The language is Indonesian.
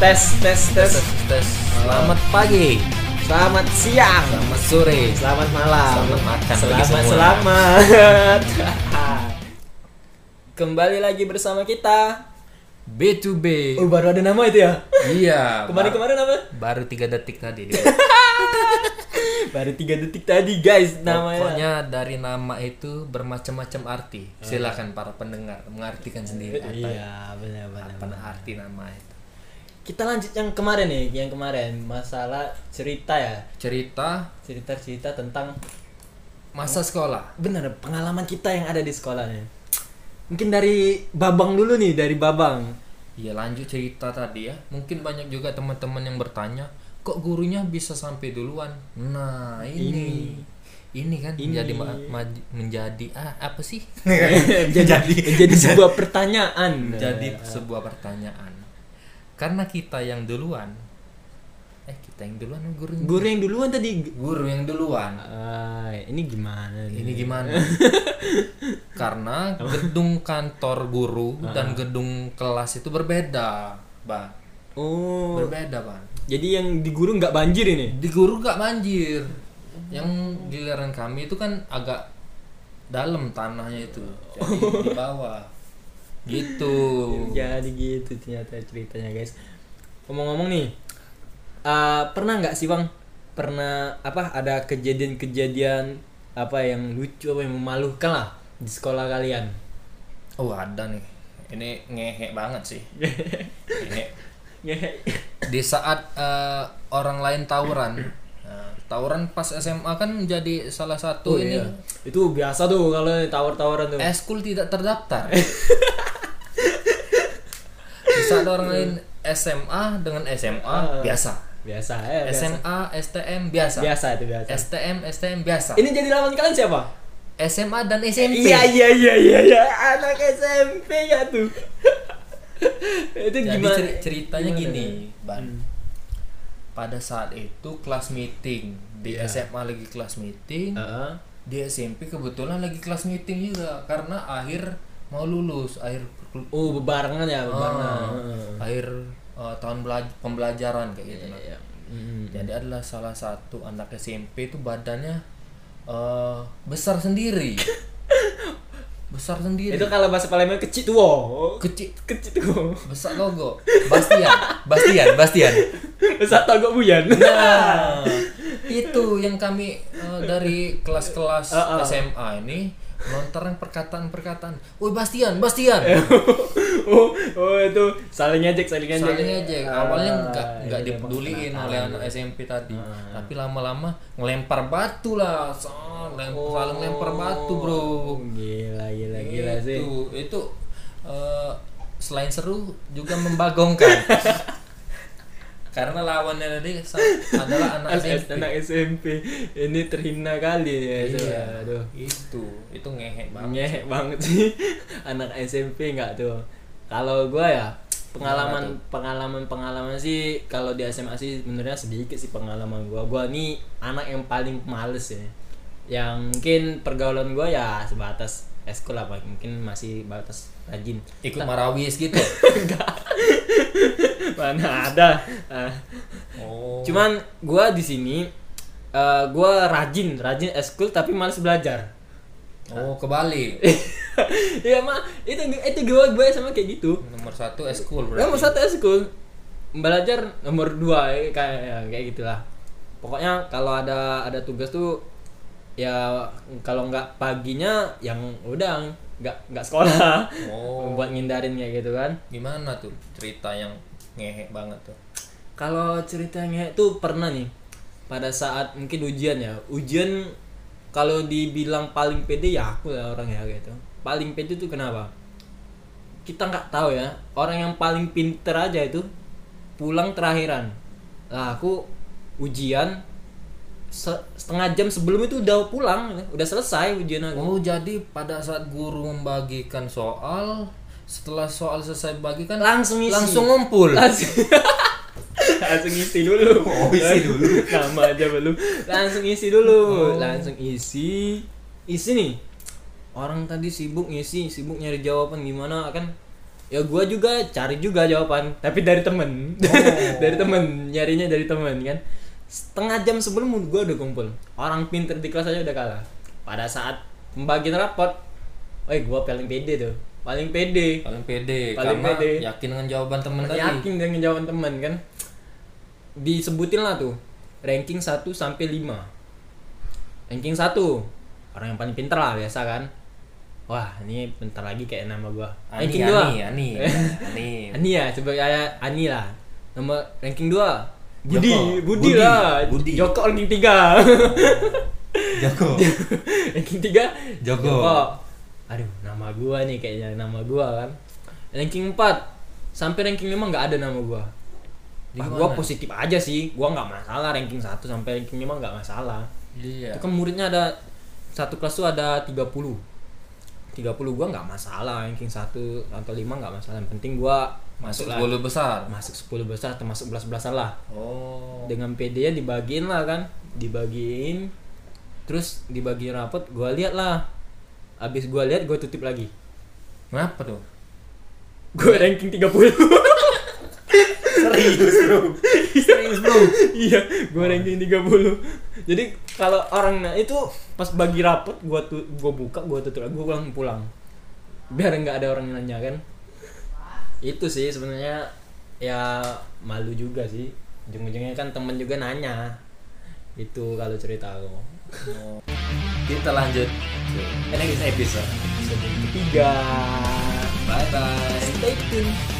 Tes, tes, tes. tes. Selamat pagi, Selamat siang. selamat sore, Selamat malam. Selamat makan bagi Selamat, semua. selamat. Kembali lagi bersama kita. B2B. Oh, baru ada nama itu ya? Iya. ba- Kemarin-kemarin apa? baru tiga detik tadi. Baru 3 detik tadi, guys, namanya. Pokoknya dari nama itu bermacam-macam arti. Silakan para pendengar mengartikan sendiri apa, Iya, benar-benar. apa arti nama itu. Kita lanjut yang kemarin nih, yang kemarin masalah cerita ya. Cerita Cerita-cerita tentang masa sekolah. benar pengalaman kita yang ada di sekolah nih. Mungkin dari Babang dulu nih, dari Babang. Ya lanjut cerita tadi ya. Mungkin banyak juga teman-teman yang bertanya, kok gurunya bisa sampai duluan? Nah, ini. Ini, kan menjadi ma- ma- menjadi ah, apa sih? jadi jadi sebuah pertanyaan. Jadi sebuah pertanyaan. Karena kita yang duluan eh kita yang duluan guru guru yang duluan tadi guru yang duluan. Ah, ini gimana nih? Ini gimana? Karena gedung kantor guru dan gedung kelas itu berbeda, Bang. Oh, Berbeda, Bang. jadi yang di guru nggak banjir ini? di guru gak banjir yang giliran kami itu kan agak dalam tanahnya itu jadi Oh. di bawah gitu Jadi gitu ternyata ceritanya, guys. Ngomong-ngomong nih, eh, pernah nggak sih, Bang? Pernah apa ada kejadian-kejadian apa yang lucu apa yang memalukan lah di sekolah kalian? oh ada nih ini ngehe banget sih ini di saat eh, orang lain tawuran Nah, tawuran pas SMA kan menjadi salah satu ini Iya. Itu biasa tuh kalau tawar-tawaran tuh. eskul tidak terdaftar di saat orang lain SMA dengan SMA biasa Biasa ya. Ah. biasa. SMA, STM biasa. biasa itu biasa. STM, STM biasa. Ini jadi lawan kalian siapa? SMA dan SMP. Iya iya iya iya iya anak SMP ya tuh. itu Jadi gimana? ceri- gimana? ceritanya Hmm. gini, Ban. Pada saat itu kelas meeting di Iya. SMA lagi kelas meeting, Heeh. di SMP kebetulan lagi kelas meeting juga karena akhir mau lulus, akhir perkul- Oh bebarengan ya bebarengan. Ah, akhir eh, tahun belaj- pembelajaran kayak gitu. nah. Mm. Jadi adalah salah satu anak SMP itu badannya eh, besar sendiri. besar sendiri. Itu kalau bahasa Palembang kecil tuh. wo. kecil Kecil tuh. besar logo Bastian Bastian Bastian Besar togok buyan. nah itu yang kami eh, dari kelas-kelas Ah, SMA ini lontaran perkataan-perkataan woi Bastian Bastian oh, oh itu saling ngejek, saling ngejek. saling ngejek awalnya nggak Ah, nggak ini memang dipeduliin kenakalan. oleh anak SMP tadi Ah. tapi lama-lama ngelempar batu lah so, lem- saling lempar batu bro Gitu. Gila Oh. gila gila sih. itu itu eh, selain seru juga membagongkan karena lawannya tadi sa- adalah Anak anak SMP anak SMP ini terhina kali ya. Iya. Aduh. itu itu ngehe banget Ngehek banget sih anak SMP nggak tuh. Kalau gua ya pengalaman pengalaman pengalaman sih kalau di SMA sih sebenarnya sedikit sih pengalaman gua. Gua nih anak yang paling males ya. Yang mungkin pergaulan gua ya sebatas eskul lah Bang. mungkin masih batas rajin. ikut marawis gitu Mana ada. Ah. oh Cuman gua di sini eh, gua rajin, rajin eskul tapi males belajar. oh kebalik Iya mah itu itu gue gue sama kayak gitu. nomor satu eskul Nomor berarti satu eskul belajar nomor dua eh, kayak ya, kayak gitulah. Pokoknya kalau ada ada tugas tuh ya kalau nggak paginya yang udah nggak nggak sekolah oh buat ngindarin kayak gitu kan. gimana tuh cerita yang ngehe banget tuh Kalau ceritanya itu pernah nih pada saat mungkin ujian ya ujian kalau dibilang paling pede ya aku ya orang ya gitu paling pede itu kenapa kita nggak tahu ya orang yang paling pinter aja itu pulang terakhiran lah aku ujian se- setengah jam sebelum itu udah pulang udah selesai ujian aku oh jadi pada saat guru membagikan soal setelah soal selesai bagikan kan langsung isi langsung ngumpul langsung langsung isi dulu oh isi dulu nama aja belum langsung isi dulu langsung isi isi nih orang tadi sibuk ngisi sibuk nyari jawaban gimana kan ya gua juga cari juga jawaban tapi dari temen dari temen nyarinya dari temen kan setengah jam sebelum gua udah kumpul orang pinter di kelas aja udah kalah pada saat pembagian rapot oh gua paling pede tuh paling pede paling pede Paling karena pede. yakin dengan jawaban temen tadi yakin dengan jawaban temen kan disebutin lah tuh ranking 1 sampai 5 ranking 1 orang yang paling pinter lah biasa kan wah ini bentar lagi kayak nama gua Ani ranking Ani 2 Ani Ani Ani ya sebagai Ani lah nomor ranking 2 Budi, Joko. Budi, Budi, lah Budi. Joko ranking 3 Joko ranking 3 Joko. aduh nama gua nih kayaknya nama gua kan ranking 4 sampai ranking 5 nggak ada nama gua Di Wah, mana? Ah, gua positif aja sih gua nggak masalah ranking 1 sampai ranking 5 nggak masalah iya itu kan muridnya ada satu kelas tuh ada 30 30 gua nggak masalah ranking 1 atau 5 nggak masalah yang penting gua masuk lah. bulu besar masuk 10 besar termasuk 11 belasan lah oh dengan PD-nya dibagiin lah kan dibagiin terus dibagi rapot gua lihat lah abis gua lihat gua tutup lagi kenapa tuh gua Iya. ranking 30 serius bro serius bro iya gua ranking 30 jadi kalau orang nah itu pas bagi rapot gua tu gua buka gua tutup lagi gua pulang pulang biar nggak ada orang yang nanya kan itu sih sebenarnya ya malu juga sih ujung-ujungnya kan temen juga nanya itu kalau cerita aku kita lanjut ke next episode episode yang ketiga. bye bye Stay tuned.